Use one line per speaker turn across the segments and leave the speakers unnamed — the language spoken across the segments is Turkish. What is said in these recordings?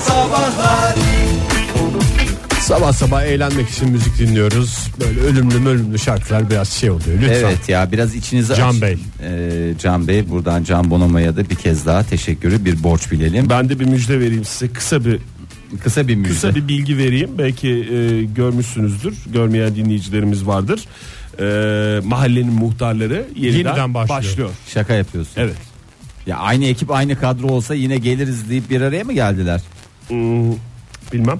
sabahlar
Sabah sabah eğlenmek için müzik dinliyoruz. Böyle ölümlü ölümlü şarkılar biraz şey oluyor. Lütfen.
Evet ya biraz içinizi
Can
açın.
Bey.
Ee, Can Bey buradan Can Bonomo'ya da bir kez daha teşekkürü bir borç bilelim.
Ben de bir müjde vereyim size kısa bir
Kısa bir müjde.
kısa bir bilgi vereyim. Belki e, görmüşsünüzdür. Görmeyen dinleyicilerimiz vardır. E, mahallenin muhtarları yeniden,
Yeniden başlıyor.
başlıyor.
Şaka yapıyorsun.
Evet.
Ya aynı ekip aynı kadro olsa yine geliriz deyip bir araya mı geldiler?
Hmm, bilmem.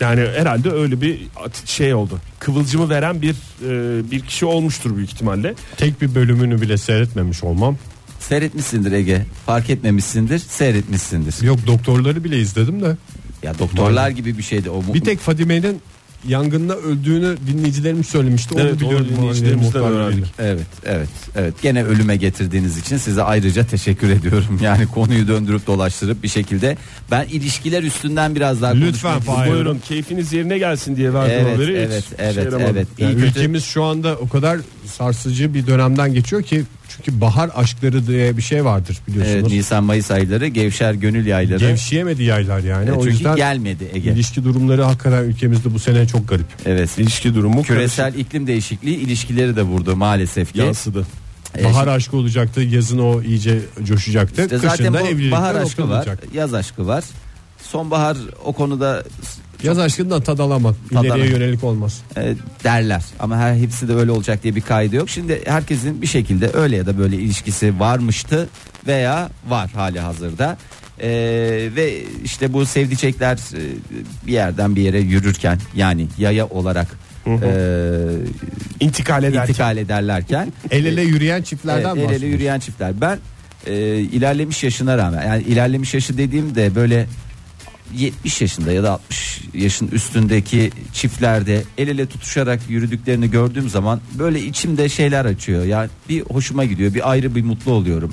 Yani herhalde öyle bir at- şey oldu. Kıvılcımı veren bir e, bir kişi olmuştur büyük ihtimalle.
Tek bir bölümünü bile seyretmemiş olmam.
Seyretmişsindir Ege. Fark etmemişsindir. Seyretmişsindir.
Yok doktorları bile izledim de.
Ya doktorlar gibi bir şeydi o. mu-
Bir tek Fadime'nin yangında öldüğünü dinleyicilerimiz söylemişti. Onu
Evet,
biliyorum.
onu dinleyicilerimizden öğrendik.
Evet, evet, evet. Gene ölüme getirdiğiniz için size ayrıca teşekkür ediyorum. Yani konuyu döndürüp dolaştırıp bir şekilde ben ilişkiler üstünden biraz daha
Lütfen
konuşmak
Fahir.
istiyorum.
Buyurun keyfiniz yerine gelsin diye verdim
Evet,
haberi. Hiç şey
evet,
işe
evet,
yaramadı.
evet.
Yani
İyi kötü-
ülkemiz şu anda o kadar sarsıcı bir dönemden geçiyor ki çünkü bahar aşkları diye bir şey vardır
Evet,
biliyorsunuz.
Nisan Mayıs ayları gevşer gönül yayları.
Gevşeyemedi yaylar yani.
E,
o
çünkü
yüzden
gelmedi Ege.
ilişki durumları hakikaten ülkemizde bu sene çok garip.
Evet.
İlişki durumu
Küresel iklim değişikliği ilişkileri de vurdu maalesef ki.
karışık yansıdı.
E,
Bahar aşkı olacaktı. Yazın o iyice coşacaktı.
İşte
Kışın
zaten
da
bu
evlilikler
bahar aşkı var,
oklanacak.
yaz aşkı var. Sonbahar o konuda
Yaz aşkından tad alamam.
Tad
İleriye
alamam.
yönelik olmaz.
e, derler ama her hepsi de öyle olacak diye bir kaydı yok. Şimdi herkesin bir şekilde öyle ya da böyle ilişkisi varmıştı veya var hali hazırda. E, ve işte bu sevdicekler e, bir yerden bir yere yürürken yani yaya olarak e,
İntikal ederken.
intikal ederlerken
El ele yürüyen çiftlerden
Evet, el ele
bahsediyoruz.
yürüyen çiftler. Ben e, ilerlemiş yaşına rağmen yani ilerlemiş yaşı dediğimde böyle 70 yaşında ya da 60 yaşın üstündeki çiftlerde el ele tutuşarak yürüdüklerini gördüğüm zaman böyle içimde şeyler açıyor. Yani bir hoşuma gidiyor, bir ayrı bir mutlu oluyorum.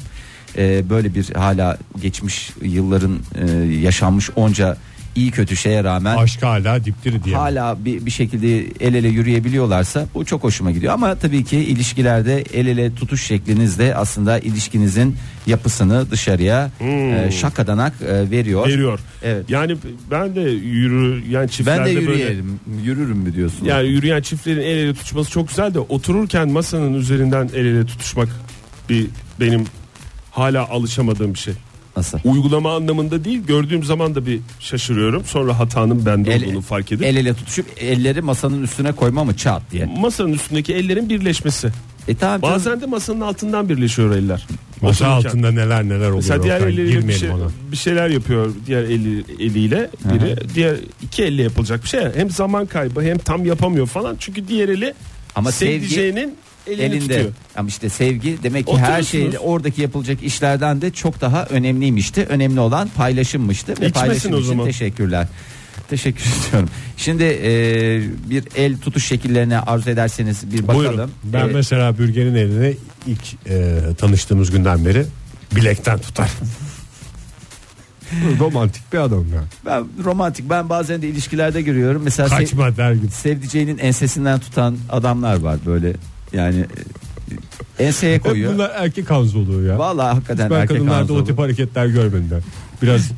E, böyle bir hala geçmiş yılların e, yaşanmış onca iyi kötü şeye rağmen
Aşk hala diptiri diye.
hala bir, bir şekilde el ele yürüyebiliyorlarsa bu çok hoşuma gidiyor. Ama tabii ki ilişkilerde el ele tutuş şekliniz de aslında ilişkinizin yapısını dışarıya e, şakadanak e, veriyor.
veriyor.
Evet.
Yani ben de yürü yani çiftlerde
Ben de
böyle
yürüyelim, yürürüm mü diyorsun?
yani yürüyen çiftlerin el ele tutuşması çok güzel de otururken masanın üzerinden el ele tutuşmak bir benim hala alışamadığım bir şey.
Nasıl?
Uygulama anlamında değil gördüğüm zaman da bir şaşırıyorum. Sonra hatanın bende
El-
olduğunu fark edip.
El ele tutuşup elleri masanın üstüne koyma mı çat diye.
Masanın üstündeki ellerin birleşmesi.
E tamam canım.
Bazen de masanın altından birleşiyor eller.
Masa
Otururken.
altında neler neler oluyor.
Mesela diğer
Oktay,
elleriyle bir,
Girmeyelim
şey,
ona.
bir şeyler yapıyor diğer eli, eliyle biri. Diğer iki elle yapılacak bir şey. Hem zaman kaybı hem tam yapamıyor falan. Çünkü diğer eli
Ama
Ama
sevgi
sevdiceğinin elini
elinde.
tutuyor.
Ama işte sevgi demek ki her
Oturursunuz.
şeyle oradaki yapılacak işlerden de çok daha önemliymişti. Önemli olan paylaşımmıştı ve
İçmesin
paylaşım
o
için
zaman.
teşekkürler. Teşekkür ediyorum. Şimdi e, bir el tutuş şekillerine arzu ederseniz bir bakalım.
Buyurun. Ben
E,
mesela Bürgen'in elini ilk e, tanıştığımız günden beri bilekten tutar. Romantik bir adam ya.
ben romantik ben bazen de ilişkilerde görüyorum. Mesela sev-
Kaçma der gibi.
sevdiceğinin ensesinden tutan adamlar var böyle. Yani e, enseye koyuyor.
Bunlar erkek havzu oluyor ya.
Vallahi hakikaten
Hiç ben
erkek
kadınlarda o
ağzı
tip
olur.
hareketler görmedim ben. Biraz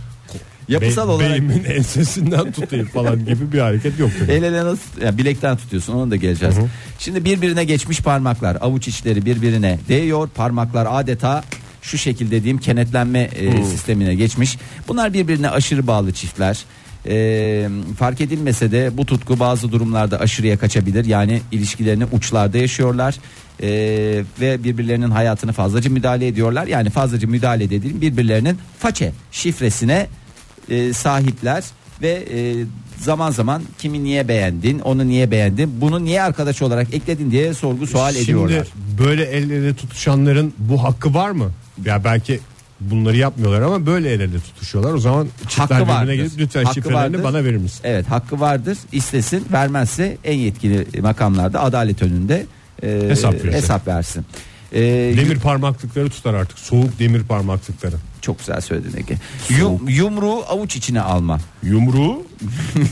Yapısal
be-
olarak
beyimin ensesinden tutayım falan gibi bir hareket yoktu.
El ele nasıl ya bilekten tutuyorsun ona da geleceğiz. Şimdi birbirine geçmiş parmaklar avuç içleri birbirine değiyor. Parmaklar adeta şu şekilde diyeyim kenetlenme e, sistemine geçmiş. Bunlar birbirine aşırı bağlı çiftler. E, fark edilmese de bu tutku bazı durumlarda aşırıya kaçabilir. Yani ilişkilerini uçlarda yaşıyorlar. E, ve birbirlerinin hayatını fazlaca müdahale ediyorlar. Yani fazlaca müdahale dediğim birbirlerinin façe şifresine e, sahipler ve e, zaman zaman kimi niye beğendin, onu niye beğendin, bunu niye arkadaş olarak ekledin diye sorgu sual ediyorlar.
Şimdi böyle el ele tutuşanların bu hakkı var mı? Ya belki bunları yapmıyorlar ama böyle el ele tutuşuyorlar. O zaman çiftler
Hakkı
birbirine
vardır.
girip lütfen
Hakkı
şifrelerini
vardır.
bana verir misin?
Evet, hakkı vardır. İstesin, vermezse en yetkili makamlarda adalet önünde e,
Hesap verecek.
hesap versin. E,
Demir parmaklıkları tutar artık. Soğuk demir parmaklıkları.
Çok güzel söyledin Ege. Yum- yumruğu avuç içine alma.
Yumruğu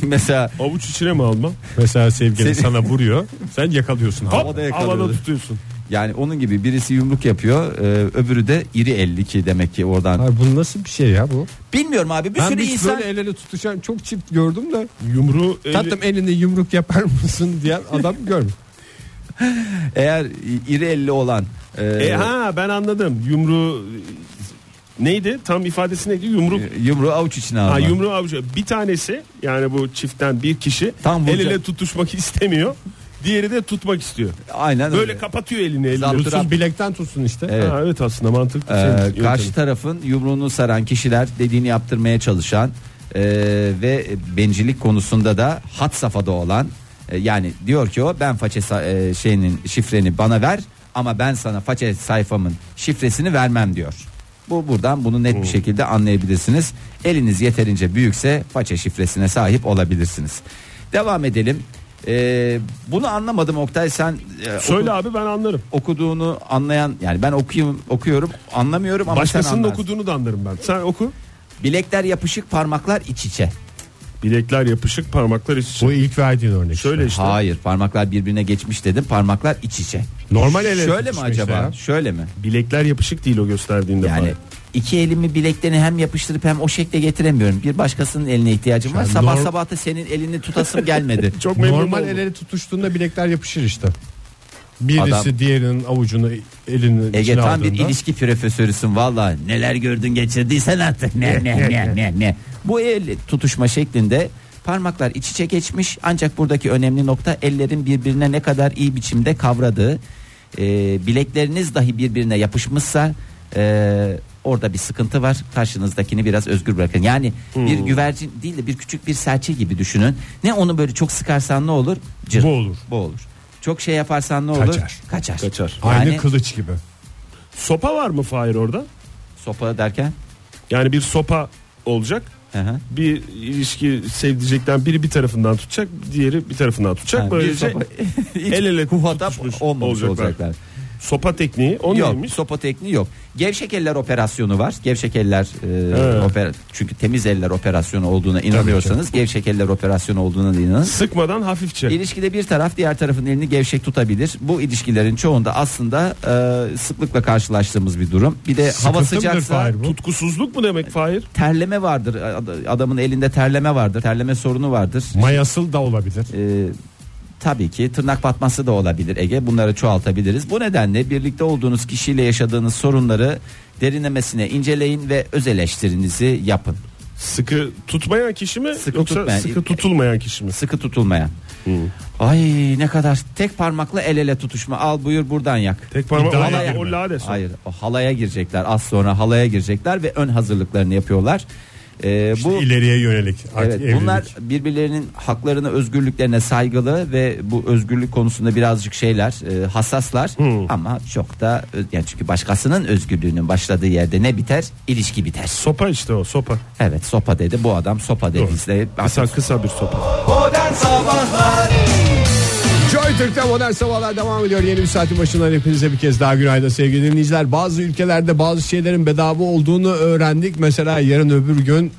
Mesela
avuç içine mi alma?
Mesela sevgilin
Seni-
sana vuruyor. Sen yakalıyorsun. havada.
Havada
Hop,
yakalıyordu.
havada tutuyorsun.
Yani onun gibi birisi yumruk yapıyor, e, öbürü de iri elli ki demek ki oradan.
Hayır, bu nasıl bir şey ya bu?
Bilmiyorum abi bir
ben
sürü
hiç
insan E,
böyle el ele tutuşan çok çift gördüm de.
Yumruğu eli-
Tatlım elinde yumruk yapar mısın diyen adam görmedim.
eğer iri elli olan e,
E, ha ben anladım. Yumruğu neydi? Tam ifadesi neydi? Yumruk.
E, yumruğu avuç içine
Ha,
alma.
yumruğu avucu. Bir tanesi yani bu çiftten bir kişi
Tam
el
vuracak.
ele tutuşmak istemiyor. Diğeri de tutmak istiyor.
Aynen öyle.
Böyle kapatıyor elini elini.
Zaptı-
Tutsun bilekten tutsun işte.
Evet.
Ha, evet aslında mantıklı. Şey,
Ee,
senin
karşı
yöntemin.
tarafın yumruğunu saran kişiler dediğini yaptırmaya çalışan e, ve bencillik konusunda da hat safhada olan e, yani diyor ki o ben façe sa- e, şeyinin şifreni bana ver ama ben sana façe sayfamın şifresini vermem diyor. Bu buradan bunu net bir şekilde anlayabilirsiniz. Eliniz yeterince büyükse façe şifresine sahip olabilirsiniz. Devam edelim. E, bunu anlamadım Oktay sen e,
Söyle
oku-
abi ben anlarım.
okuduğunu anlayan yani ben okuyum okuyorum anlamıyorum ama sen
Başkasının
anlarsın.
okuduğunu da anlarım ben. Sen oku.
Bilekler yapışık parmaklar iç içe.
Bilekler yapışık parmaklar iç içe.
Bu ilk verdiğin örnek.
Şöyle işte.
Hayır parmaklar birbirine geçmiş dedim parmaklar iç içe.
Normal ele
Şöyle mi
tutuşma
acaba?
işte ya.
Şöyle mi?
Bilekler yapışık değil o gösterdiğinde.
Yani
Yani,
iki elimi bileklerini hem yapıştırıp hem o şekle getiremiyorum. Bir başkasının eline ihtiyacım var.
Yani
sabah
norm-
sabah da senin elini tutasım gelmedi.
Çok memnun
Normal
oldum.
el ele tutuştuğunda bilekler yapışır işte. Birisi
Adam-
diğerinin avucunu elinin
Ege
içine
tam bir
aldığında.
ilişki profesörüsün valla neler gördün geçirdiysen artık ne ne ne ne ne. Bu el tutuşma şeklinde parmaklar iç içe geçmiş ancak buradaki önemli nokta ellerin birbirine ne kadar iyi biçimde kavradığı Ee, bilekleriniz dahi birbirine yapışmışsa ee, orada bir sıkıntı var karşınızdakini biraz özgür bırakın yani bir
Hmm.
güvercin değil de bir küçük bir serçe gibi düşünün ne onu böyle çok sıkarsan ne olur Cırt.
Bu olur.
bu olur çok şey yaparsan ne olur
Kaçar.
kaçar,
Kaçar.
Aynı
Yani-
kılıç gibi.
Sopa var mı Fahir orada?
sopa derken
Yani bir sopa olacak.
Hı hı.
Bir ilişki sevdicekten biri bir tarafından tutacak, diğeri bir tarafından tutacak. şey,
Yani bir
Böylece
sopa- Hiç
el ele
kuvvata
tutuşmuş
olmamış
olacaklar.
olacaklar.
sopa tekniği o
yok,
neymiş?
sopa tekniği yok. Gevşek eller operasyonu var. Gevşek eller e,
Evet.
opera- çünkü temiz eller operasyonu olduğuna inanıyorsanız gevşek eller operasyonu olduğuna da inanın.
Sıkmadan hafifçe.
İlişkide bir taraf diğer tarafın elini gevşek tutabilir. Bu ilişkilerin çoğunda aslında e, sıklıkla karşılaştığımız bir durum. Bir de hava
Sıkıntı mıdır
sıcaksa
Fahir bu?
Tutkusuzluk mu demek Fahir?
terleme vardır. Adamın elinde terleme vardır. Terleme sorunu vardır.
Mayasıl da olabilir.
Ee, tabii ki tırnak batması da olabilir Ege. Bunları çoğaltabiliriz. Bu nedenle birlikte olduğunuz kişiyle yaşadığınız sorunları derinlemesine inceleyin ve öz eleştirinizi yapın.
Sıkı tutmayan kişi mi
Sıkı
yoksa
tutmayan-
sıkı tutulmayan kişi mi?
Sıkı tutulmayan.
Hmm.
Ay ne kadar tek parmakla el ele tutuşma. Al buyur buradan yak.
Tek parmak
İddiaya
Aa,
girme.
o lade son.
Hayır, o halaya girecekler. Az sonra halaya girecekler ve ön hazırlıklarını yapıyorlar. Ee, bu
İleriye yönelik. Artık
Evet,
evlilik.
bunlar birbirlerinin haklarına, özgürlüklerine saygılı ve bu özgürlük konusunda birazcık şeyler e, hassaslar ama çok da ö- yani çünkü başkasının özgürlüğünün başladığı yerde ne biter? İlişki biter.
Sopa işte o sopa.
Evet, sopa dedi. Bu adam sopa dediyse
Kısa kısa bir sopa.
Joy Türk'te modern sabahlar devam ediyor. Yeni bir saatin başından hepinize bir kez daha günaydın sevgili dinleyiciler. Bazı ülkelerde bazı şeylerin bedava olduğunu öğrendik. Mesela yarın öbür gün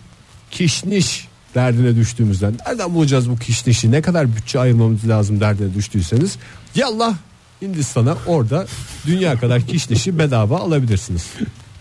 kişniş derdine düştüğümüzden. Nereden bulacağız bu kişnişi? Ne kadar bütçe ayırmamız lazım derdine düştüyseniz. Yallah Hindistan'a orada dünya kadar kişnişi bedava alabilirsiniz.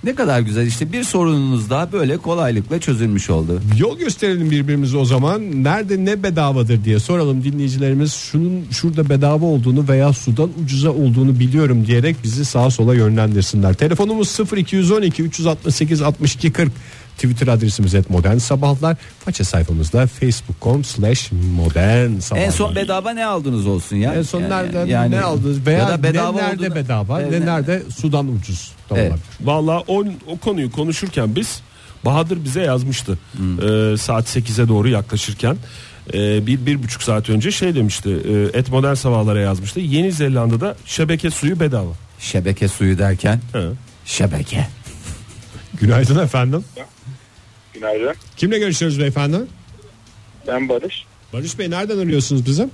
ne kadar güzel işte bir sorununuz daha böyle kolaylıkla çözülmüş oldu.
Yol gösterelim birbirimize o zaman. Nerede ne bedavadır diye soralım dinleyicilerimiz. Şunun şurada bedava olduğunu veya sudan ucuza olduğunu biliyorum diyerek bizi sağa sola yönlendirsinler. Telefonumuz 0212 368 62 40. Twitter adresimiz et modern sabahlar. Faça sayfamızda facebook.com slash modern sabahlar.
En son bedava ne aldınız olsun ya?
En son
Yani-
nereden
yani-
ne aldınız veya
ya da bedava
ne nerede
olduğunu-
bedava
Evet,
ne nerede sudan ucuz da
Evet.
olabilir.
Valla o, o konuyu konuşurken biz Bahadır bize yazmıştı.
Hmm.
Ee, saat 8'e doğru yaklaşırken Ee, bir, bir buçuk saat önce şey demişti. e, Et modern sabahlara yazmıştı. Yeni Zelanda'da şebeke suyu bedava.
Şebeke suyu derken
He.
şebeke.
Günaydın efendim.
Günaydın.
Kimle görüşüyoruz beyefendi?
Ben Barış.
Barış Bey nereden arıyorsunuz bize?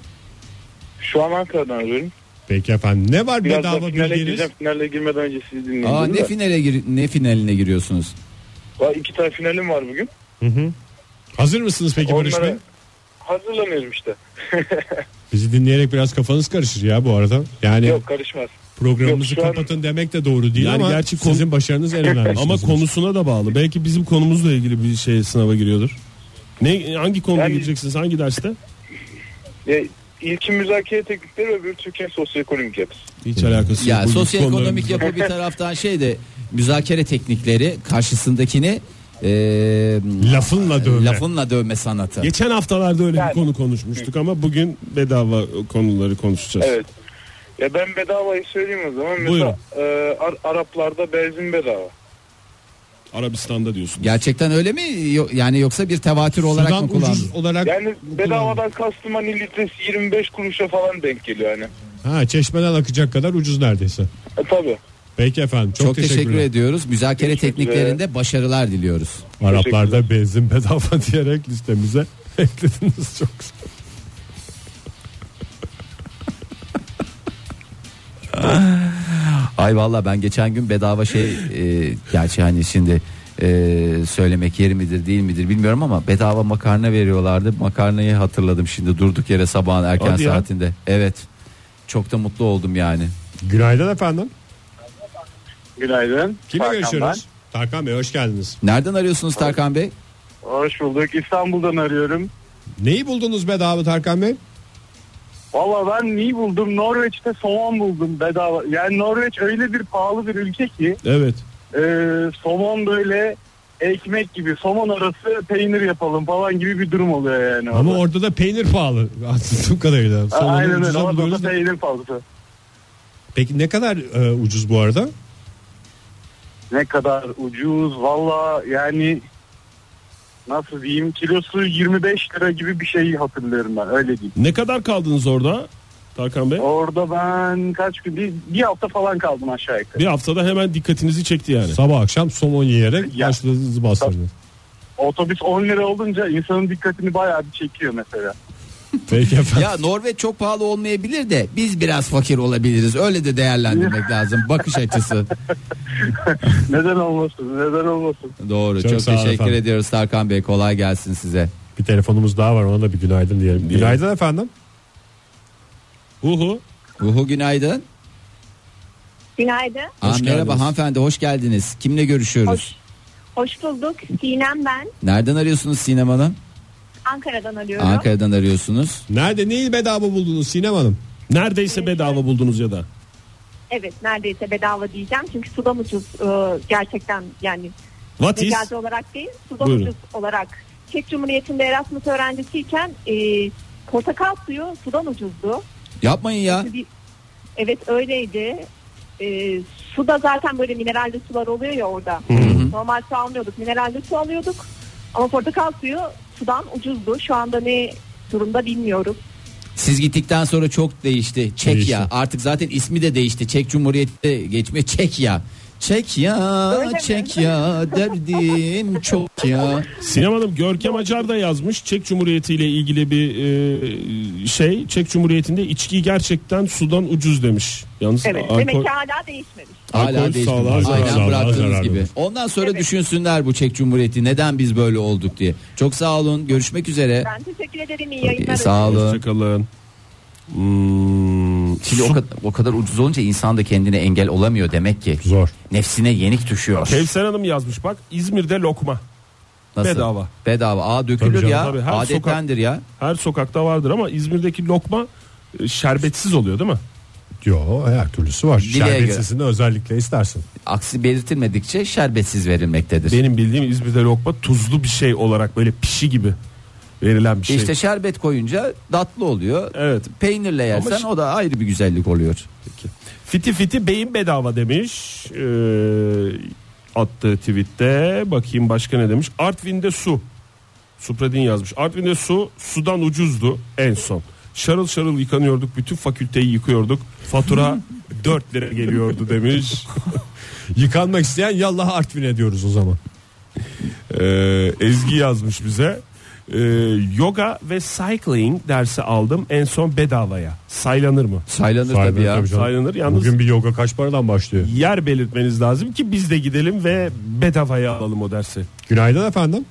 Şu an Ankara'dan arıyorum.
Peki efendim ne var
Biraz
bedava
daha finale
bilginiz?
gireceğim. Finale girmeden önce sizi dinleyeyim.
Aa
dedim
ne
de.
finale gir- ne finaline giriyorsunuz?
Aa, İki tane finalim var bugün.
Hazır mısınız peki Barış Bey?
Onlara hazırlanıyorum işte.
Bizi dinleyerek biraz kafanız karışır ya bu arada. Yani
Yok karışmaz.
Programımızı
Yok, şu an-
kapatın demek de doğru değil
Yani
ama
gerçi konu-
sizin başarınız en önemli.
Ama
işiniz.
konusuna da bağlı. Belki bizim konumuzla ilgili bir şey sınava giriyordur. Ne hangi konuda
Yani-
gireceksiniz? Hangi derste?
Ya, ilkin müzakere teknikleri öbür Türkiye'nin sosyoekonomik yapısı.
Hiç alakası yok.
Ya
Bu
sosyoekonomik
konularımızla.
yapı bir taraftan şey de müzakere teknikleri karşısındakini e,
lafınla dövme.
lafınla dövme sanatı.
Geçen haftalarda öyle bir
Yani-
konu konuşmuştuk ama bugün bedava e, konuları konuşacağız.
Evet. Ya ben bedavayı söyleyeyim o zaman.
Buyurun.
Mesela e, Ar- Araplarda benzin bedava.
Arabistan'da diyorsun.
Gerçekten öyle mi? Yo- Yani yoksa bir tevatür olarak
Sudan
mı
ucuz
kullandın?
olarak
Yani
kullanılıyor.
bedavadan kastım hani litresi 25 kuruşa falan denk geliyor hani.
Ha çeşmeden akacak kadar ucuz neredeyse.
E, tabii.
Peki efendim çok,
Çok teşekkür
teşekkürler.
ediyoruz. Müzakere
Görüşmek
tekniklerinde başarılar diliyoruz.
Araplarda benzin bedava diyerek listemize eklediniz çok.
Ay valla ben geçen gün bedava şey e, gerçi hani şimdi e, söylemek yeri midir değil midir bilmiyorum ama bedava makarna veriyorlardı. Makarnayı hatırladım şimdi durduk yere sabahın erken
Hadi ya.
saatinde. Evet. Çok da mutlu oldum yani.
Günaydın efendim.
Günaydın.
Kimle
Hakan
görüşüyoruz? Tarkan Bey hoş geldiniz.
Nereden arıyorsunuz Tarkan Bey?
ben. Hoş bulduk. İstanbul'dan arıyorum.
Neyi buldunuz bedava Tarkan Bey?
Valla ben neyi buldum? Norveç'te somon buldum bedava. Yani Norveç öyle bir pahalı bir ülke ki
Evet.
e, somon böyle ekmek gibi somon arası peynir yapalım falan gibi bir durum oluyor yani.
Ama
orada.
orada da peynir pahalı anladığım kadarıyla.
A-
Somonu
Aynen öyle.
ucuza
Orada
buluyoruz
da
da.
peynir fazlası.
Peki ne kadar e, ucuz bu arada?
Ne kadar ucuz. Valla yani nasıl diyeyim kilosu 25 lira gibi bir şey hatırlıyorum ben öyle diyeyim.
Ne kadar kaldınız orada Tarkan Bey?
Orada ben kaç gün bir, bir hafta falan kaldım aşağı yukarı.
Bir haftada hemen dikkatinizi çekti yani.
Sabah akşam somon yiyerek
Ya.
başladınız bastırdınız.
Otobüs 10 lira olunca insanın dikkatini bayağı bir çekiyor mesela.
Peki efendim.
Ya Norveç çok pahalı olmayabilir de biz biraz fakir olabiliriz. Öyle de değerlendirmek lazım bakış açısı.
Neden olmasın neden olmasın.
Doğru.
Çok
Çok,
sağ olun
teşekkür
efendim.
ediyoruz Tarkan Bey. Kolay gelsin size.
Bir telefonumuz daha var ona da bir günaydın diyelim. Günaydın efendim.
Uhu.
Ruhu günaydın.
Günaydın.
Aa,
Hoş
merhaba
geldiniz.
hanımefendi hoş geldiniz. Kimle görüşüyoruz?
Hoş, hoş bulduk. Sinem ben.
Nereden arıyorsunuz Sinem Hanım?
Ankara'dan arıyorum.
Ankara'dan arıyorsunuz.
Nerede neyi bedava buldunuz Sinem Hanım?
Neredeyse bedava buldunuz ya da.
Evet neredeyse bedava diyeceğim. Çünkü sudan ucuz e, gerçekten yani
What is?
mecazi olarak değil sudan
Buyurun.
ucuz olarak. Çek Cumhuriyeti'nde Erasmus öğrencisiyken e, portakal suyu sudan ucuzdu.
Yapmayın ya.
Bir- evet öyleydi. E, su da zaten böyle mineralli sular oluyor ya orada. Normal su almıyorduk. Mineralli su alıyorduk. Ama portakal suyu sudan ucuzdu. Şu anda ne durumda bilmiyorum.
Siz gittikten sonra çok değişti. Çekya.
Değişti.
Artık zaten ismi de değişti. Çek Cumhuriyeti geçme Çekya. Çekya,
Öyle mi?
Çekya derdim çok ya.
Sinem Hanım Görkem Acar da yazmış. Çek Cumhuriyeti ile ilgili bir e, şey. Çek Cumhuriyeti'nde içki gerçekten sudan ucuz demiş. Yalnız
Evet.
alkol-
Demek ki hala değişmemiş.
Hala
Alkol
değişmedi.
sağlığa zararlı,
Aynen
sağlığa
bıraktığınız
zararlı.
gibi. Ondan sonra
Evet.
düşünsünler bu Çek Cumhuriyeti neden biz böyle olduk diye. Çok sağ olun. Görüşmek üzere.
Ben teşekkür ederim. İyi yayınlar.
Sağ olun.
Hoşçakalın. Hmm,
Şimdi o
su-
kadar, o kadar ucuz olunca insan da kendine engel olamıyor demek ki.
Zor.
Nefsine yenik düşüyor.
Kevser Hanım yazmış bak İzmir'de lokma.
Nasıl?
Bedava.
Bedava. Aa dökülür
Tabii canım,
ya.
tabii. Her
Adettendir ya.
Her sokakta vardır ama İzmir'deki lokma e, şerbetsiz oluyor değil mi?
Yo her türlüsü var.
Dileğe göre.
Şerbetsizini özellikle istersin.
Aksi belirtilmedikçe şerbetsiz verilmektedir.
Benim bildiğim İzmir'de lokma tuzlu bir şey olarak böyle pişi gibi verilen bir şey.
İşte şerbet koyunca tatlı oluyor.
Evet.
Peynirle yersen
Ama şi-
o da ayrı bir güzellik oluyor.
Fiti fiti beyin bedava demiş. Ee, attığı tweette bakayım başka ne demiş. Artvin'de su. Supradin yazmış. Artvin'de su sudan ucuzdu en son. Şarıl şarıl yıkanıyorduk. Bütün fakülteyi yıkıyorduk. Fatura 4 lira geliyordu demiş.
Yıkanmak isteyen yallah Artvin'e diyoruz o zaman.
Ee, Ezgi yazmış bize. Ee, yoga ve cycling dersi aldım en son bedavaya. Saylanır mı?
Saylanır
Vay be,
tabii ya.
tabii canım.
Saylanır, yalnız-
Bugün bir yoga kaç paradan başlıyor?
Yer belirtmeniz lazım ki biz de gidelim ve bedavaya alalım o dersi.
Günaydın efendim.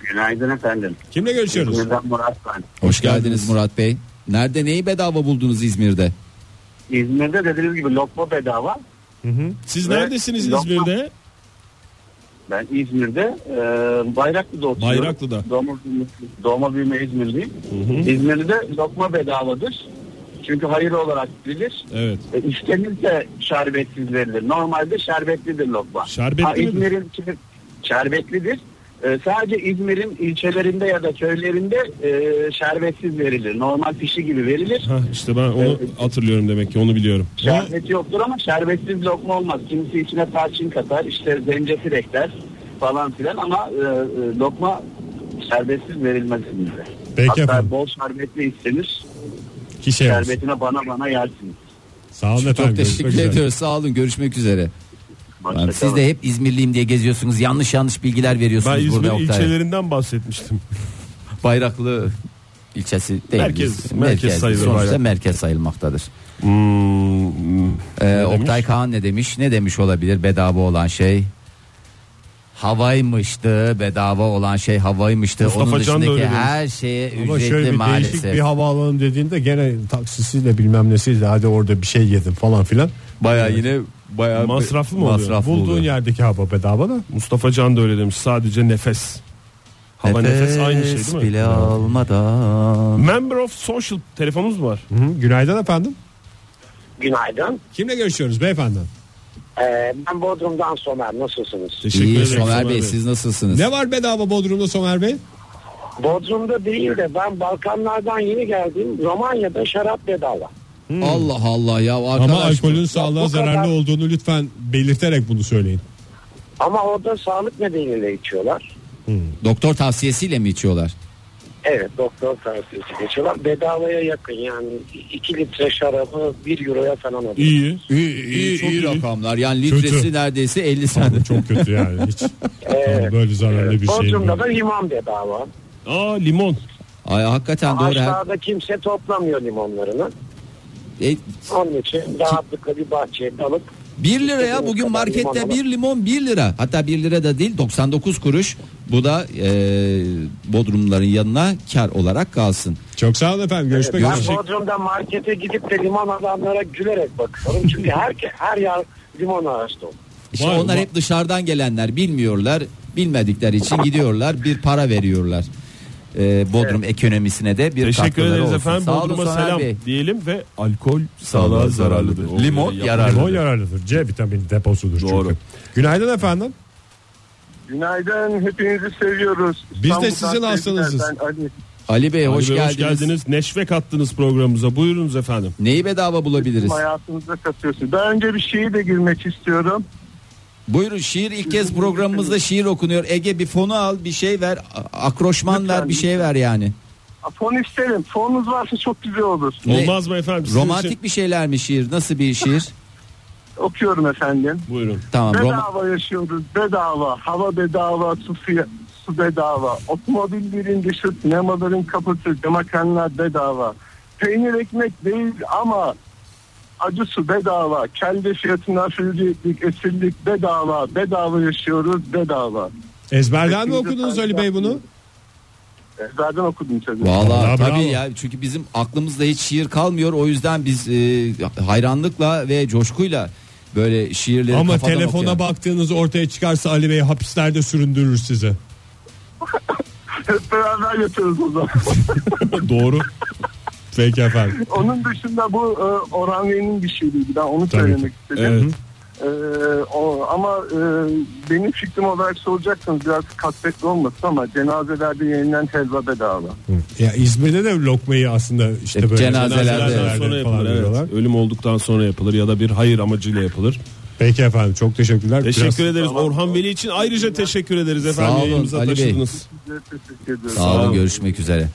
Günaydın efendim.
Kimle görüşüyoruz?
İzmir'den Murat ben.
Hoş geldiniz Murat Bey. Nerede neyi bedava buldunuz İzmir'de?
İzmir'de dediğiniz gibi lokma bedava.
Siz
Ve
neredesiniz
lokma-
İzmir'de?
Ben İzmir'de e, Bayraklı'da oturuyorum.
Bayraklı'da.
Doğma, büyüme- doğma büyüme İzmirliyim. İzmir'de lokma bedavadır. Çünkü hayır olarak bilir.
Evet.
E, istenirse şerbetsiz verilir. Normalde şerbetlidir lokma.
Şerbetli
Ha,
midir?
İzmir'in kimi- şerbetlidir. E, sadece İzmir'in ilçelerinde ya da köylerinde e, şerbetsiz verilir. Normal pişi gibi verilir.
Hah, işte ben onu hatırlıyorum demek ki onu biliyorum.
Şerbeti yoktur ama şerbetsiz lokma olmaz. Kimisi içine tarçın katar, işte zencefil ekler falan filan ama e, e, lokma şerbetsiz verilmez size.
Peki
Hatta
efendim.
bol şerbetli istenir.
Ki şey olsun.
Şerbetine bana bana yersiniz.
Sağ olun efendim.
Çok
görüşmek
teşekkür
üzere.
ediyoruz. Sağ olun. Görüşmek üzere.
Başka şey
Lan siz
kalın.
de hep İzmirliyim diye geziyorsunuz. Yanlış yanlış bilgiler veriyorsunuz
Ben İzmir
burada Oktay.
ilçelerinden bahsetmiştim.
Bayraklı ilçesi değil.
Merkez-
biz.
merkez sayılır
Sonuçta
Bayraklı.
merkez sayılmaktadır.
Hmm,
Ee, Oktay Kağan ne demiş? Ne demiş olabilir bedava olan şey? Havaymıştı bedava olan şey havaymıştı.
Mustafa
Onun
Can da öyle
dışındaki
demiş.
her şeye
Ama
ücretli
şöyle bir
maalesef.
değişik bir havaalanı dediğinde gene taksisiyle bilmem nesiyle hadi orada bir şey yedim falan filan.
Baya yine baya
Masraflı mı oluyor?
Masraflı
Bulduğun
oluyor.
yerdeki hava bedava da.
Mustafa Can da öyle demiş. Sadece nefes. Hava nefes, aynı şey değil mi?
bile almadan.
Member of Social telefonumuz mu var.
Hı, günaydın efendim.
Günaydın.
Kimle görüşüyoruz beyefendi?
Ee, ben Bodrum'dan Somer. Nasılsınız?
Teşekkür
İyi
ederim
Somer
Somer
Bey siz nasılsınız?
Ne var bedava Bodrum'da Somer Bey?
Bodrum'da değil de ben Balkanlardan yeni geldim. Romanya'da şarap bedava.
Hmm. Allah Allah ya arkadaş.
Ama alkolün sağlığa
bu kadar-
zararlı olduğunu lütfen belirterek bunu söyleyin.
Ama orada sağlık nedeniyle içiyorlar.
Doktor tavsiyesiyle mi içiyorlar?
Evet doktor tavsiyesi geçiyorlar. Bedavaya yakın yani 2 litre şarabı 1 euroya falan alıyor.
İyi.
İyi, iyi,
çok iyi.
rakamlar. Yani litresi
Kötü.
neredeyse 50 sent.
Çok kötü yani hiç.
Evet.
Böyle zararlı bir şey.
Bodrum'da da limon bedava.
Aa limon.
Ay hakikaten doğru. ha.
Aşağıda kimse toplamıyor limonlarını.
E,
Onun için rahatlıkla bir bahçeye alıp
1 liraya bugün markette bir limon 1 lira. Hatta 1 lira da değil 99 kuruş. Bu da e, Bodrumların yanına kar olarak kalsın.
Çok sağ olun efendim. Görüşmek üzere.
Ben Bodrum'da markete gidip de limon alanlara gülerek bakıyorum. Çünkü her, her yer limon ağaçta olur.
İşte
Vay,
onlar
vay.
hep dışarıdan gelenler bilmiyorlar. Bilmedikleri için gidiyorlar bir para veriyorlar. E, Bodrum ekonomisine de bir
Teşekkür
katkıları
ederiz
olsun.
efendim.
Sağ olun
Bodrum'a
Soner
selam
Bey.
diyelim ve alkol sağlığa zararlıdır. O
Limon
böyle
yararlı.
Limon yararlıdır. C vitamini deposudur
Doğru.
çünkü. Günaydın efendim.
Günaydın hepinizi seviyoruz.
de
İstanbul'dan
sizin
sevgiler.
hastanızınız.
Ben Ali.
Ali Bey,
Ali
hoş,
Bey,
geldiniz.
hoş geldiniz. Neşve kattınız programımıza. Buyurunuz efendim.
Neyi bedava bulabiliriz?
Hayatınıza katıyorsunuz. Ben önce bir şeyi de girmek istiyorum.
Buyurun şiir ilk kez programımızda şiir okunuyor. Ege bir fonu al bir şey ver a- akroşman
Lütfen,
ver bir şey ver yani.
Fon isterim. Fonunuz varsa çok güzel olur.
Ne?
Olmaz mı efendim? Sizin
Romantik
için-
bir şeyler mi şiir? Nasıl bir şiir?
Okuyorum efendim.
Buyurun.
tamam. Roma-
Bedava yaşıyoruz. Bedava. Hava bedava. Su, fiy- su bedava. Otomobillerin dışı sinemaların kapısı. Makarnalar bedava. Peynir ekmek değil ama acı su bedava. Kelle fiyatına fırıncılık, esirlik bedava. Bedava yaşıyoruz bedava.
Ezberden mi
Hepinize
okudunuz
saygı
Ali Bey bunu?
Ezberden E, okudum tabii.
Valla
Vallahi
tabii
bravo.
ya çünkü bizim aklımızda hiç şiir kalmıyor. O yüzden biz e, hayranlıkla ve coşkuyla böyle şiirleri
Ama
kafadan
telefona
okuyan-
baktığınız ortaya çıkarsa Ali Bey hapislerde süründürür sizi.
Hep beraber yatıyoruz o zaman.
Doğru. Peki efendim.
Onun dışında bu e, Orhan Vey'nin bir şeyiydi. Ben onu
Tabii
söylemek istedim.
Evet.
E, o, ama e, benim fikrim olarak soracaksınız biraz kasvetli olmasın ama cenazelerde yeniden helva bedava.
Ya İzmir'de de lokmayı aslında işte
E,
böyle
cenazelerde.
Cenazelerden sonra
falan
yapılır.
veriyorlar.
Evet. Ölüm olduktan sonra yapılır ya da bir hayır amacıyla yapılır.
Peki efendim çok teşekkürler.
Teşekkür
Biraz-
ederiz Orhan Veli için ayrıca teşekkür ederiz efendim.
olun,
Yayınımıza
Ali Bey.
taşıdınız.
Size teşekkür ediyorum.
Sağ olun görüşmek üzere.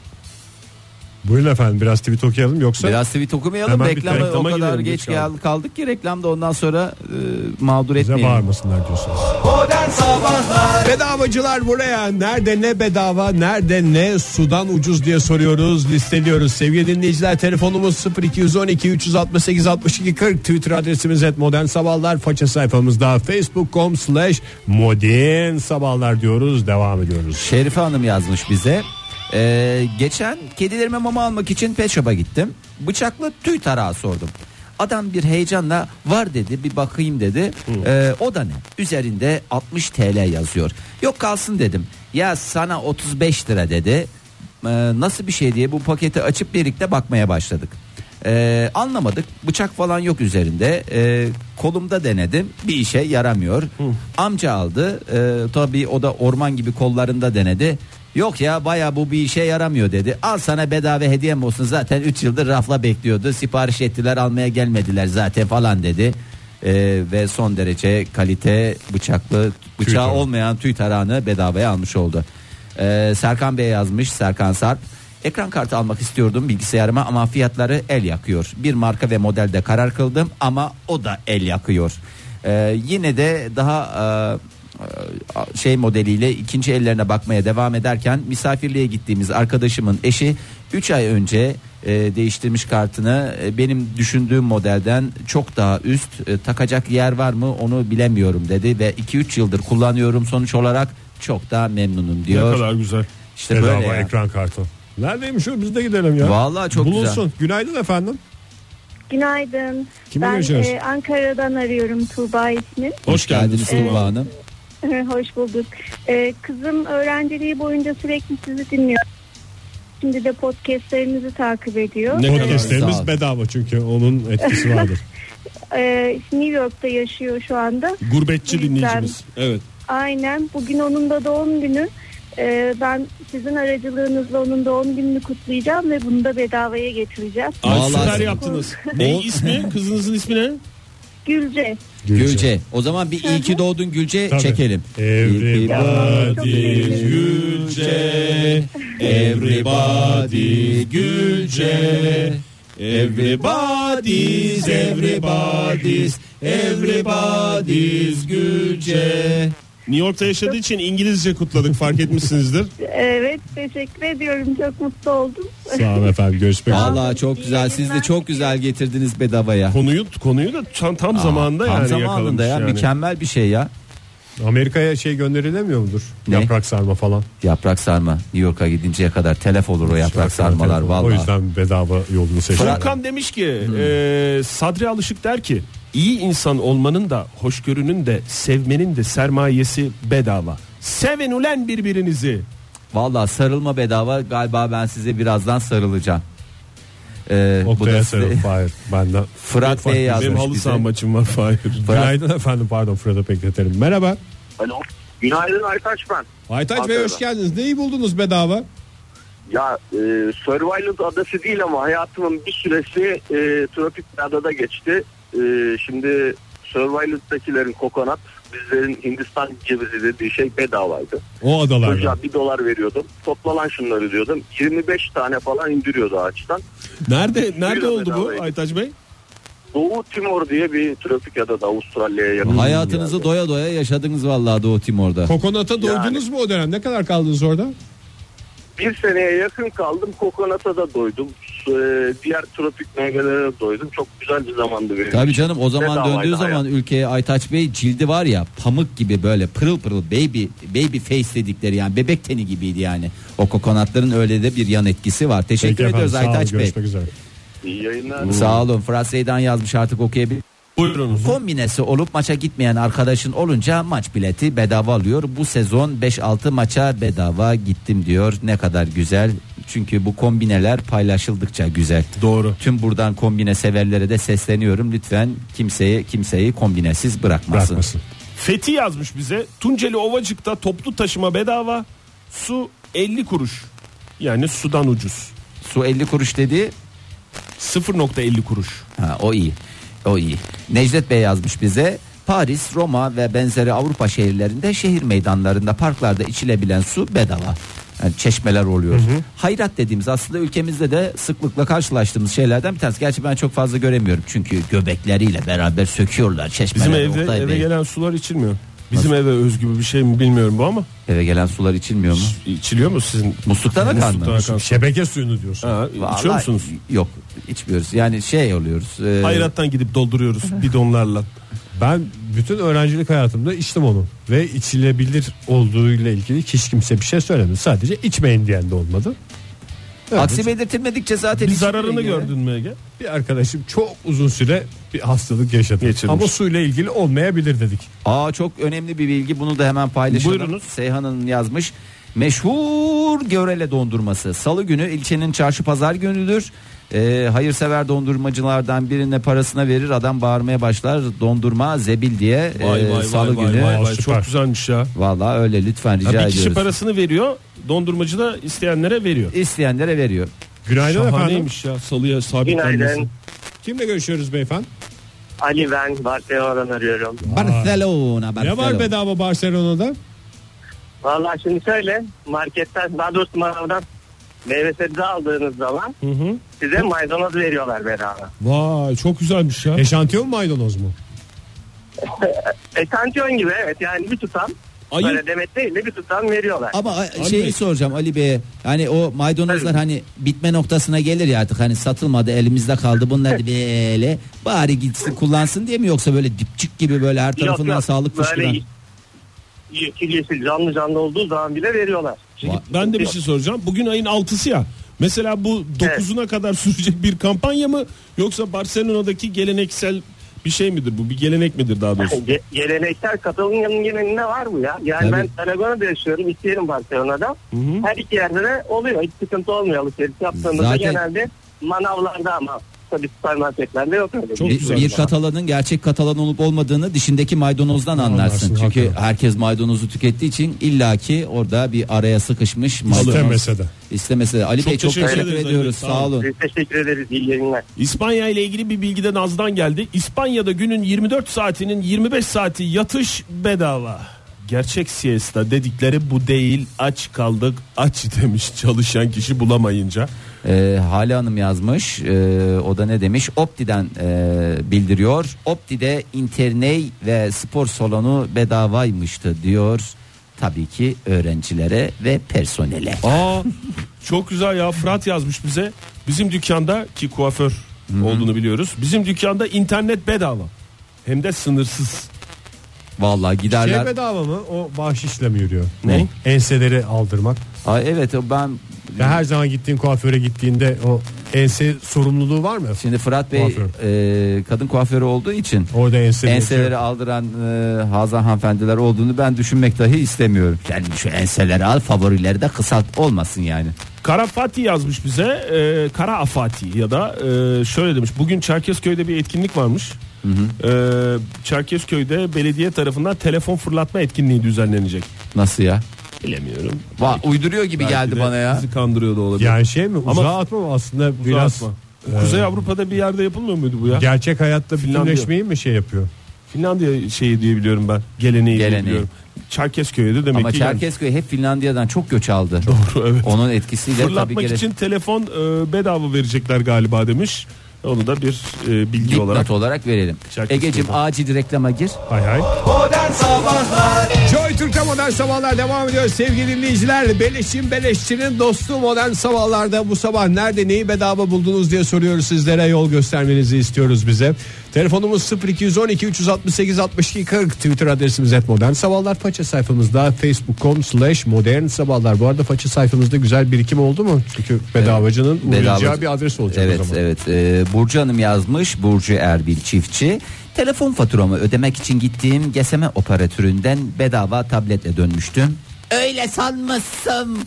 Buyurun efendim biraz tweet okuyalım yoksa
Biraz tweet okumayalım.
Hemen bir
Reklamı o
reklama
kadar
girelim,
geç
geç kaldık.
gel- kaldık ki reklamda ondan sonra e, mağdur
bize
etmeyelim.
bağırmasınlar diyorsunuz.
Bedavacılar buraya. Nerede ne bedava, nerede ne sudan ucuz diye soruyoruz, listeliyoruz. Sevgili dinleyiciler telefonumuz 0212 368 62 40. Twitter adresimiz et modern sabahlar. Faça sayfamızda facebook.com slash modern sabahlar diyoruz. Devam ediyoruz.
Şerife Hanım yazmış bize. Ee, geçen kedilerime mama almak için pet shop'a gittim. Bıçaklı tüy tarağı sordum. Adam bir heyecanla var dedi bir bakayım dedi. Ee, o da ne? Üzerinde 60 TL yazıyor. Yok kalsın dedim. Ya sana 35 lira dedi. Ee, nasıl bir şey diye bu paketi açıp birlikte bakmaya başladık. Ee, anlamadık bıçak falan yok üzerinde Ee, kolumda denedim bir işe yaramıyor amca aldı Ee, tabii o da orman gibi kollarında denedi yok ya baya bu bir işe yaramıyor dedi al sana bedava hediyem olsun zaten 3 yıldır rafla bekliyordu sipariş ettiler almaya gelmediler zaten falan dedi Ee, ve son derece kalite bıçaklı bıçağı olmayan tüy tarağını bedavaya almış oldu Ee, Serkan Bey yazmış Serkan Sarp Ekran kartı almak istiyordum bilgisayarıma ama fiyatları el yakıyor. Bir marka ve modelde karar kıldım ama o da el yakıyor. Ee, yine de daha e, e, şey modeliyle ikinci ellerine bakmaya devam ederken misafirliğe gittiğimiz arkadaşımın eşi 3 ay önce e, değiştirmiş kartını E, benim düşündüğüm modelden çok daha üst E, takacak yer var mı onu bilemiyorum dedi ve 2-3 yıldır kullanıyorum sonuç olarak çok daha memnunum
Ne
diyor.
kadar güzel.
İşte
Bedava
böyle ya.
ekran kartı. Neredeymiş o biz de gidelim ya.
Vallahi çok güzel.
Bulunsun. Günaydın efendim.
Günaydın.
Kimle
ben
görüşüyoruz?
e, Ankara'dan arıyorum Tuğba ismi.
Hoş geldiniz Tuğba Hanım.
Hoş bulduk. E, kızım öğrenciliği boyunca sürekli sizi dinliyor. Şimdi de podcastlerinizi takip ediyor.
Ne
Sağ ol.
Podcastlerimiz bedava çünkü onun etkisi vardır.
E, New York'ta yaşıyor şu anda.
Gurbetçi
Lütfen.
dinleyicimiz. Evet.
Aynen. Bugün onun da doğum günü. E, ben sizin aracılığınızla onun doğum gününü kutlayacağım ve bunu da bedavaya getireceğim.
Ay
Vallahi
süper
sen-
yaptınız. Ne ismi? Kızınızın ismi ne?
Gülce.
Gülce. O zaman bir iyi ki doğdun Gülce
Tabii.
çekelim.
Everybody
Gülce, everybody Gülce, everybody's, everybody's, everybody's Gülce. New York'ta yaşadığı için İngilizce kutladık fark etmişsinizdir.
Evet teşekkür ediyorum. Çok mutlu oldum.
Sağ olun efendim. Görüşmek üzere.
Vallahi çok güzel. Siz de çok güzel getirdiniz bedavaya.
Konuyu konuyu da tam, tam zamanında
Tam
yani
zamanında
yakalamış
ya.
yani.
Mükemmel bir şey ya.
Amerika'ya şey gönderilemiyor mudur?
Ne?
Yaprak sarma falan.
Yaprak sarma. New York'a gidinceye kadar telef olur o yaprak sarmalar
O
vallahi.
yüzden bedava yolunu seçtim.
Furkan demiş ki
Hmm.
e, Sadri Alışık der ki iyi insan olmanın da hoşgörünün de sevmenin de sermayesi bedava. Sevin ulen birbirinizi.
Vallahi sarılma bedava. Galiba ben size birazdan sarılacağım. Ee, bu
Oktay'a
da size-
sarıl. Hayır benden.
Fırat Bey
Benim
yazmış
halı
bize.
saha maçım var Fahir.
Günaydın efendim pardon Fırat'ı bekletelim. Merhaba.
Alo. Günaydın Aytaç ben.
Aytaç Bey
Ankara.
hoş geldiniz. Neyi buldunuz bedava?
Ya e, Surveillance adası değil ama hayatımın bir süresi e, tropik bir adada geçti. E, şimdi Surveillance'dakilerin kokonat bizlerin Hindistan cevizi dediği şey bedavaydı.
O adalarda.
Çocuğa bir dolar veriyordum. Topla lan şunları diyordum. 25 tane falan indiriyordu ağaçtan.
Nerede nerede
Buyurun
oldu
Bedava Bey.
bu Aytaç Bey?
Doğu Timor diye bir tropik adada Avustralya'ya yakın.
Hayatınızı
Yani.
doya doya yaşadınız vallahi Doğu Timor'da.
Kokonata doydunuz mu o dönem? Ne kadar kaldınız orada?
Bir seneye yakın kaldım. Kokonata da doydum.
Ee,
E, diğer tropik meyvelere de doydum. Çok güzel bir zamandı benim.
Tabii canım o zaman
Bedavaydı
döndüğü
hayat.
zaman ülkeye Aytaç Bey cildi var ya pamuk gibi böyle pırıl pırıl baby baby face dedikleri yani bebek teni gibiydi yani. O kokonatların öyle de bir yan etkisi var. Teşekkür
Peki efendim,
ediyoruz
sağ olun,
Aytaç Bey.
Görüşmek üzere.
İyi yayınlar.
Sağ olun. Fransa'dan yazmış artık okuyabilir.
Buyurunuz.
Kombinesi olup maça gitmeyen arkadaşın olunca maç bileti bedava alıyor. Bu sezon 5-6 maça bedava gittim diyor. Ne kadar güzel. Çünkü bu kombineler paylaşıldıkça güzel.
Doğru.
Tüm buradan kombine severlere de sesleniyorum. Lütfen kimseye kimseyi kombinesiz bırakmasın.
Bırakmasın.
Fethi yazmış bize. Tunceli Ovacık'ta toplu taşıma bedava. Su 50 kuruş. Yani sudan ucuz.
Su 50 kuruş dedi.
0.50 kuruş.
Ha, o iyi. O iyi. Necdet Bey yazmış bize. Paris, Roma ve benzeri Avrupa şehirlerinde şehir meydanlarında parklarda içilebilen su bedava. Yani çeşmeler oluyor. Hayrat dediğimiz aslında ülkemizde de sıklıkla karşılaştığımız şeylerden bir tanesi. Gerçi ben çok fazla göremiyorum. Çünkü göbekleriyle beraber söküyorlar çeşmeleri.
Bizim evde
Oktay
eve
Bey.
gelen sular içilmiyor. Bizim eve özgü bir şey mi bilmiyorum bu ama
Eve gelen sular içilmiyor mu?
içiliyor mu sizin?
Musluktan akan mı?
Musluktan akan su.
Şebeke suyunu diyorsun.
Ha, içiyor
Vallahi
musunuz?
Yok içmiyoruz. Yani şey oluyoruz. e,
Hayrattan gidip dolduruyoruz bidonlarla.
Ben bütün öğrencilik hayatımda içtim onu. Ve içilebilir olduğuyla ilgili hiç kimse bir şey söylemedi. Sadece içmeyin diyen de olmadı.
Aksi belirtilmedikçe zaten
Bir
içinde
zararını
ilgili.
gördün mü Ege?
Bir arkadaşım çok uzun süre bir hastalık yaşadı.
Geçirmiş.
Ama suyla ilgili olmayabilir dedik.
Aa çok önemli bir bilgi. Bunu da hemen paylaşalım.
Buyurunuz.
Seyhan Hanım yazmış. Meşhur Görele dondurması. Salı günü ilçenin çarşı pazar günüdür. Ee, hayırsever dondurmacılardan birine parasına verir adam bağırmaya başlar dondurma zebil diye Ee, salı günü
vay, vay.
Süper.
Çok güzelmiş ya.
Valla öyle lütfen rica
Ha, bir
ediyoruz.
kişi parasını veriyor. Dondurmacı da isteyenlere veriyor.
İsteyenlere veriyor.
Günaydın efendim.
Şahaneymiş ya salıya sabitlenmesi.
Günaydın.
Kimle görüşüyoruz beyefendi?
Ali ben Barcelona'dan arıyorum.
Barcelona, Barcelona.
Ne var bedava Barcelona'da?
Vallahi şimdi şöyle marketten daha doğrusu manavdan meyve sebze aldığınız zaman size maydanoz veriyorlar bedava.
Vay çok güzelmiş ya. Eşantiyon maydanoz mu?
Etantiyon E, gibi evet yani bir tutam
Ayı-
böyle demet değil de bir tutam veriyorlar.
Ama a- şeyi soracağım Ali Bey'e. Hani o maydanozlar hani bitme noktasına gelir ya artık. Hani satılmadı elimizde kaldı bunlar da böyle. Bari gitsin kullansın diye mi yoksa böyle dipçik gibi böyle her tarafından sağlık fışkıran.
böyle yeşil yeşil canlı canlı olduğu zaman bile veriyorlar. Çünkü
Va-
Ben de bir şey soracağım. Bugün ayın 6'sı ya. Mesela bu 9'una kadar sürecek bir kampanya mı yoksa Barcelona'daki geleneksel bir şey midir bu? Bir gelenek midir daha doğrusu?
Ge- geleneksel Katalonya'nın genelinde var bu ya. Yani ben Aragona'da yaşıyorum, isteyelim Barcelona'da. Her iki yerde de oluyor. Hiç sıkıntı olmuyor alışveriş yaptığımızda
Zaten-
genelde manavlarda ama tabii süpermarketlerde yok öyle.
Çok
şey.
E, Bir,
güzel.
bir Katalan'ın gerçek Katalan olup olmadığını dişindeki maydanozdan anlarsın.
Anlarsın,
Çünkü
hakikaten.
herkes maydanozu tükettiği için illaki orada bir araya sıkışmış maydanoz.
İstemese de.
İstemese de. Ali
Çok
Bey çok
teşekkür
teşekkür,
ederiz Ali
ediyoruz.
Bey,
Sağ
sağ
olun.
Biz teşekkür ederiz. İyi yayınlar.
İspanya ile ilgili bir bilgi de Naz'dan geldi. İspanya'da günün 24 saatinin 25 saati yatış bedava. Gerçek siesta dedikleri bu değil. Aç kaldık aç demiş çalışan kişi bulamayınca.
Ee, Hale Hanım yazmış. Ee, o da ne demiş? Opti'den e, bildiriyor. Opti'de interney ve spor salonu bedavaymıştı diyor. Tabii ki öğrencilere ve personele.
Aa çok güzel ya Fırat yazmış bize. Bizim dükkanda ki kuaför olduğunu biliyoruz. Bizim dükkanda internet bedava. Hem de sınırsız.
Vallahi
Şey
giderler.
bedava mı? O bahşişle mi yürüyor?
Ne?
Enseleri aldırmak.
Aa, evet ben
Ve her zaman gittiğin kuaföre gittiğinde o ense sorumluluğu var mı?
şimdi Fırat Bey
Kuaför.
e, kadın kuaförü olduğu için
Orada enseleri.
enseleri aldıran e, Hazan hanımefendiler olduğunu ben düşünmek dahi istemiyorum. Yani şu enseleri al favorileri de kısalt olmasın yani.
Kara Fatih yazmış bize. Ee, Kara Afati ya da e, şöyle demiş. Bugün Çerkezköy'de bir etkinlik varmış. Ee, Çerkezköy'de belediye tarafından telefon fırlatma etkinliği düzenlenecek.
Nasıl ya?
Bilemiyorum.
Va, uyduruyor gibi geldi
Bir de
bana ya.
Bizi kandırıyor da olabilir.
Yani şey mi?
Ama-
Uzağa atma mı aslında biraz
Biraz Kuzey Avrupa'da bir yerde yapılmıyor muydu bu ya?
gerçek hayatta
Finlandiya.
bütünleşmeyi mi şey yapıyor?
Finlandiya şeyi diye biliyorum ben. Geleneği, diye
Geleneği.
biliyorum. Çerkezköy'de demek
Ama
ki yani.
Çerkezköy hep Finlandiya'dan çok göç aldı.
Doğru, evet.
Onun etkisiyle tabii
Fırlatmak
gene
için telefon e, bedava verecekler galiba demiş. Onu da bir e, bilgi
dipnot
olarak.
olarak, verelim.
Çerkezköy'den.
Egecim acil reklama gir.
Hay hay.
Joy Türk'te modern sabahlar devam ediyor sevgili dinleyiciler. Beleşin beleşçinin dostu modern sabahlarda bu sabah nerede neyi bedava buldunuz diye soruyoruz sizlere yol göstermenizi istiyoruz bize. Telefonumuz 0212 368 62 40 Twitter adresimiz et modern sabahlar faça sayfamızda facebook.com slash modern sabahlar. Bu arada faça sayfamızda güzel birikim oldu mu? Çünkü bedavacının uğrayacağı
Bedava-
bir adres olacak
evet,
o zaman.
Evet Ee, Burcu Hanım yazmış. Burcu Erbil çiftçi. Telefon faturamı ödemek için gittiğim geseme operatöründen bedava tabletle dönmüştüm. Öyle sanmışsın.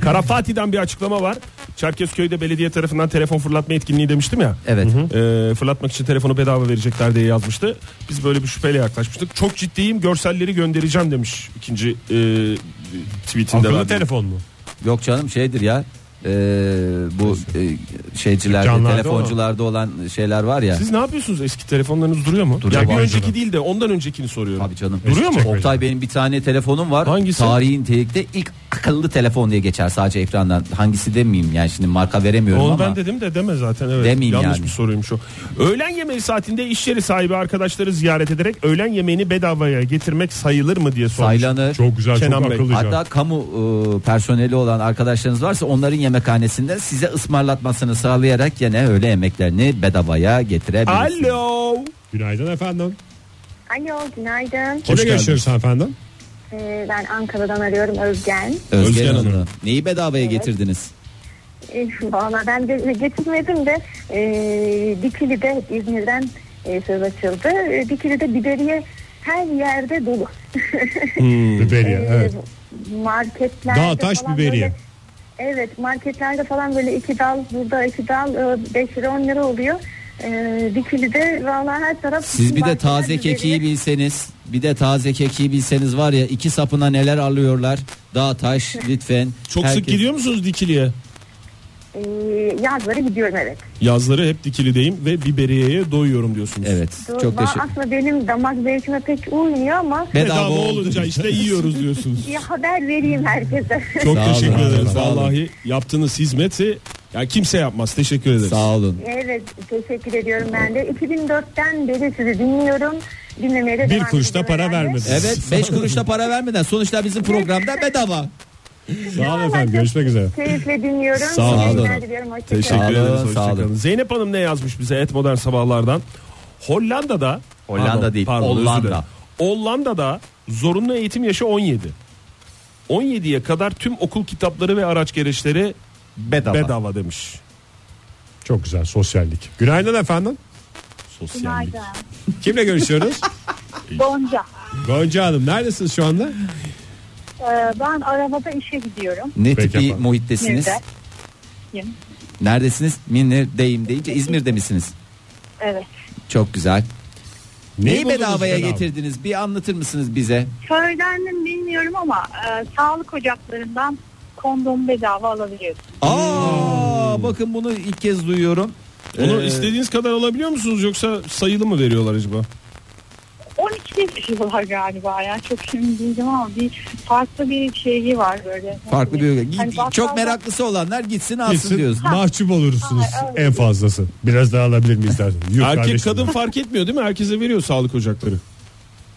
Kara Fatih'den bir açıklama var. Çerkezköy'de belediye tarafından telefon fırlatma etkinliği demiştim ya.
Evet.
E, fırlatmak için telefonu bedava verecekler diye yazmıştı. Biz böyle bir şüpheyle yaklaşmıştık. Çok ciddiyim görselleri göndereceğim demiş ikinci e, tweetinde.
Akıllı
verdiği.
telefon mu?
Yok canım şeydir ya. Ee, bu e, şeycilerde
Dükkanlarda
telefoncularda olan şeyler var ya.
Siz ne yapıyorsunuz eski telefonlarınız duruyor mu?
Duruyor
ya bir
bazen.
önceki değil de ondan öncekini soruyorum.
Tabii canım.
Duruyor mu?
Oktay benim bir tane telefonum var.
Hangisi?
Tarihin tehlikte ilk akıllı telefon diye geçer sadece ekrandan. Hangisi demeyeyim yani şimdi marka veremiyorum
Onu
ama.
ben dedim de deme zaten evet.
Demeyeyim
Yanlış
yani.
bir soruymuş o. Öğlen yemeği saatinde iş yeri sahibi arkadaşları ziyaret ederek öğlen yemeğini bedavaya getirmek sayılır mı diye sormuş.
Saylanı-
Çok güzel,
Kenan
çok
Bey.
akıllıca.
Hatta kamu e, personeli olan arkadaşlarınız varsa onların yemekhanesinden size ısmarlatmasını sağlayarak yine öğle yemeklerini bedavaya getirebilirsiniz.
Alo.
Günaydın efendim.
Alo günaydın.
Kimle
geldiniz.
görüşüyoruz efendim?
Ee, ben Ankara'dan arıyorum Özgen.
Özgen,
Özgen Hanım.
Hanım. Neyi bedavaya getirdiniz?
Ee, Valla ben de getirmedim de ee, Dikili'de İzmir'den ee, söz açıldı. Ee, Dikili'de biberiye her yerde dolu.
Biberiye.
Ee,
Evet.
Marketlerde
Dağ taş
falan
biberiye.
böyle- evet marketlerde falan böyle iki dal burada iki dal 5 lira 10 lira oluyor. Ee, Dikili'de valla her taraf
Siz bir de
marketler
taze
biberiye.
kekiği bilseniz, bir de taze kekiği bilseniz var ya iki sapına neler alıyorlar. Dağ taş lütfen.
Çok sık
Herkes-
gidiyor musunuz dikiliye?
Ee, yazları gidiyorum evet.
Yazları hep dikilideyim ve biberiyeye doyuyorum diyorsunuz.
Evet.
Doğru, ah.
Çok
ben-
teşekkür.
Aslında benim damak zevkime pek uymuyor ama
Bedava,
Bedava
oldu.
olunca işte yiyoruz diyorsunuz.
bir haber vereyim herkese.
Çok
Sağ olun,
teşekkür
sağ olun,
ederiz.
sağ olun.
Vallahi yaptığınız hizmeti ya kimse yapmaz. Teşekkür ederiz.
Sağ olun.
evet teşekkür ediyorum ben de. 2004'ten beri sizi dinliyorum. Dinlemeye de
Bir
devam
kuruşta
ediyorum
para
ben de.
vermediniz.
Evet 5 kuruşla para vermeden sonuçta bizim programda bedava.
Sağ olun
Vallahi
efendim.
çok
Görüşmek üzere.
Keyifle dinliyorum.
Sağ olun.
İyi
Sağ olun.
günler diliyorum. Hoşçakalın.
Teşekkür
Sağ olun,
ederiz.
sağ
hoşça
olun.
kalın. Zeynep Hanım ne yazmış bize et modern sabahlardan? Hollanda'da
Hollanda değil,
özür
Hollanda.
dilerim. Hollanda'da zorunlu eğitim yaşı 17. 17'ye kadar tüm okul kitapları ve araç gereçleri
Bedava.
bedava demiş.
Çok güzel sosyallik. Günaydın efendim.
Sosyallik.
Kimle görüşüyoruz?
Gonca.
Gonca Hanım neredesiniz şu anda?
e, ben arabada işe gidiyorum.
Ne
Peki
tip bir
efendim.
muhittesiniz?
Nerede? Yeni.
Neredesiniz? Minne'deyim deyince İzmir'de misiniz?
Evet.
Çok güzel.
Neyi
Neyi
buldunuz
bedavaya
bedava?
getirdiniz? Bir anlatır mısınız bize?
Söylendim bilmiyorum ama e, sağlık ocaklarından kondom bedava alabiliyorsun.
Aa
Hmm.
bakın bunu ilk kez duyuyorum.
Onu
Ee,
istediğiniz kadar alabiliyor musunuz yoksa sayılı mı veriyorlar acaba?
12'de düşüyorlar galiba ya. Çok şimdi bildim ama bir farklı bir şeyi var böyle.
farklı bir
Hani bakkalda-
çok meraklısı olanlar gitsin alsın
Kesin
diyoruz.
mahcup olursunuz
Ha, evet.
en fazlası. Biraz daha alabilir miyiz dersiniz. Yok
Erkek
kardeşim.
kadın fark etmiyor değil mi? Herkese veriyor sağlık ocakları.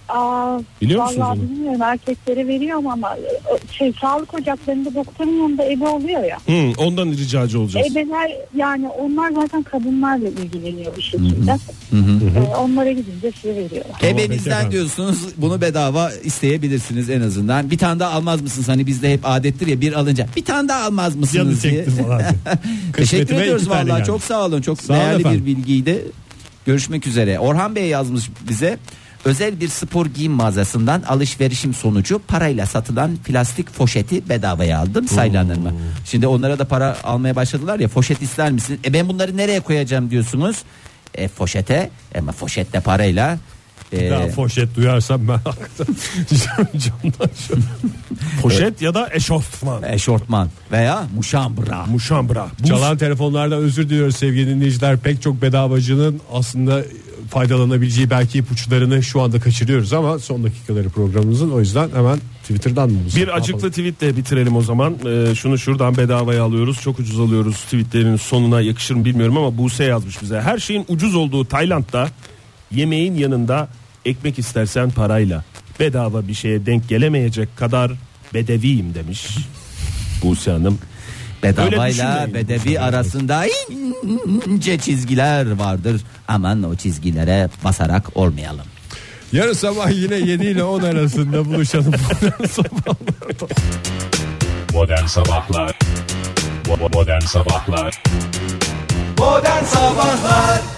Aa,
Biliyor musunuz
vallahi
onu?
bilmiyorum erkeklere veriyorum ama e, şey sağlık ocaklarında doktorun yanında ebe oluyor ya.
Hı, ondan ricacı olacağız.
Ebeler yani onlar zaten kadınlarla ilgileniyor bir şekilde. Ee, onlara gidince size veriyorlar.
Tamam, peki
Ebenizden
efendim.
diyorsunuz bunu bedava isteyebilirsiniz en azından. Bir tane daha almaz mısınız? Hani bizde hep adettir ya bir alınca bir tane daha almaz
Yanı
mısınız diye.
çekti falan. diye.
Teşekkür
Kısmetime
ediyoruz
iki tane
vallahi
geldi.
çok sağ olun. Çok
Sağ olun
değerli
efendim.
bir bilgiydi. Görüşmek üzere. Orhan Bey yazmış bize. Özel bir spor giyim mağazasından alışverişim sonucu parayla satılan plastik foşeti bedavaya aldım saylanır mı? Şimdi onlara da para almaya başladılar ya foşet ister misin? E ben bunları nereye koyacağım diyorsunuz. E foşete ama foşette parayla. e,
Daha foşet duyarsam ben hakikaten camdan şöyle.
Poşet ya da eşofman.
eşortman veya muşambra.
Muşambra. Bu
Çalan telefonlarda özür diliyoruz sevgili dinleyiciler. Pek çok bedavacının aslında faydalanabileceği belki ipuçlarını şu anda kaçırıyoruz ama son dakikaları programımızın o yüzden hemen Twitter'dan mı bulsak? Ne
Bir acıklı
yapalım?
tweetle bitirelim o zaman. Ee, şunu şuradan bedavaya alıyoruz. Çok ucuz alıyoruz. Tweetlerin sonuna yakışır mı bilmiyorum ama Buse yazmış bize. Her şeyin ucuz olduğu Tayland'da yemeğin yanında ekmek istersen parayla bedava bir şeye denk gelemeyecek kadar bedeviyim demiş. Buse Hanım. Öyle
Bedavayla
düşünmeyin.
bedevi arasında ince çizgiler vardır. Aman o çizgilere basarak olmayalım.
Yarın sabah yine 7 ile 10 arasında buluşalım.
Modern Sabahlar Modern Sabahlar
Modern Sabahlar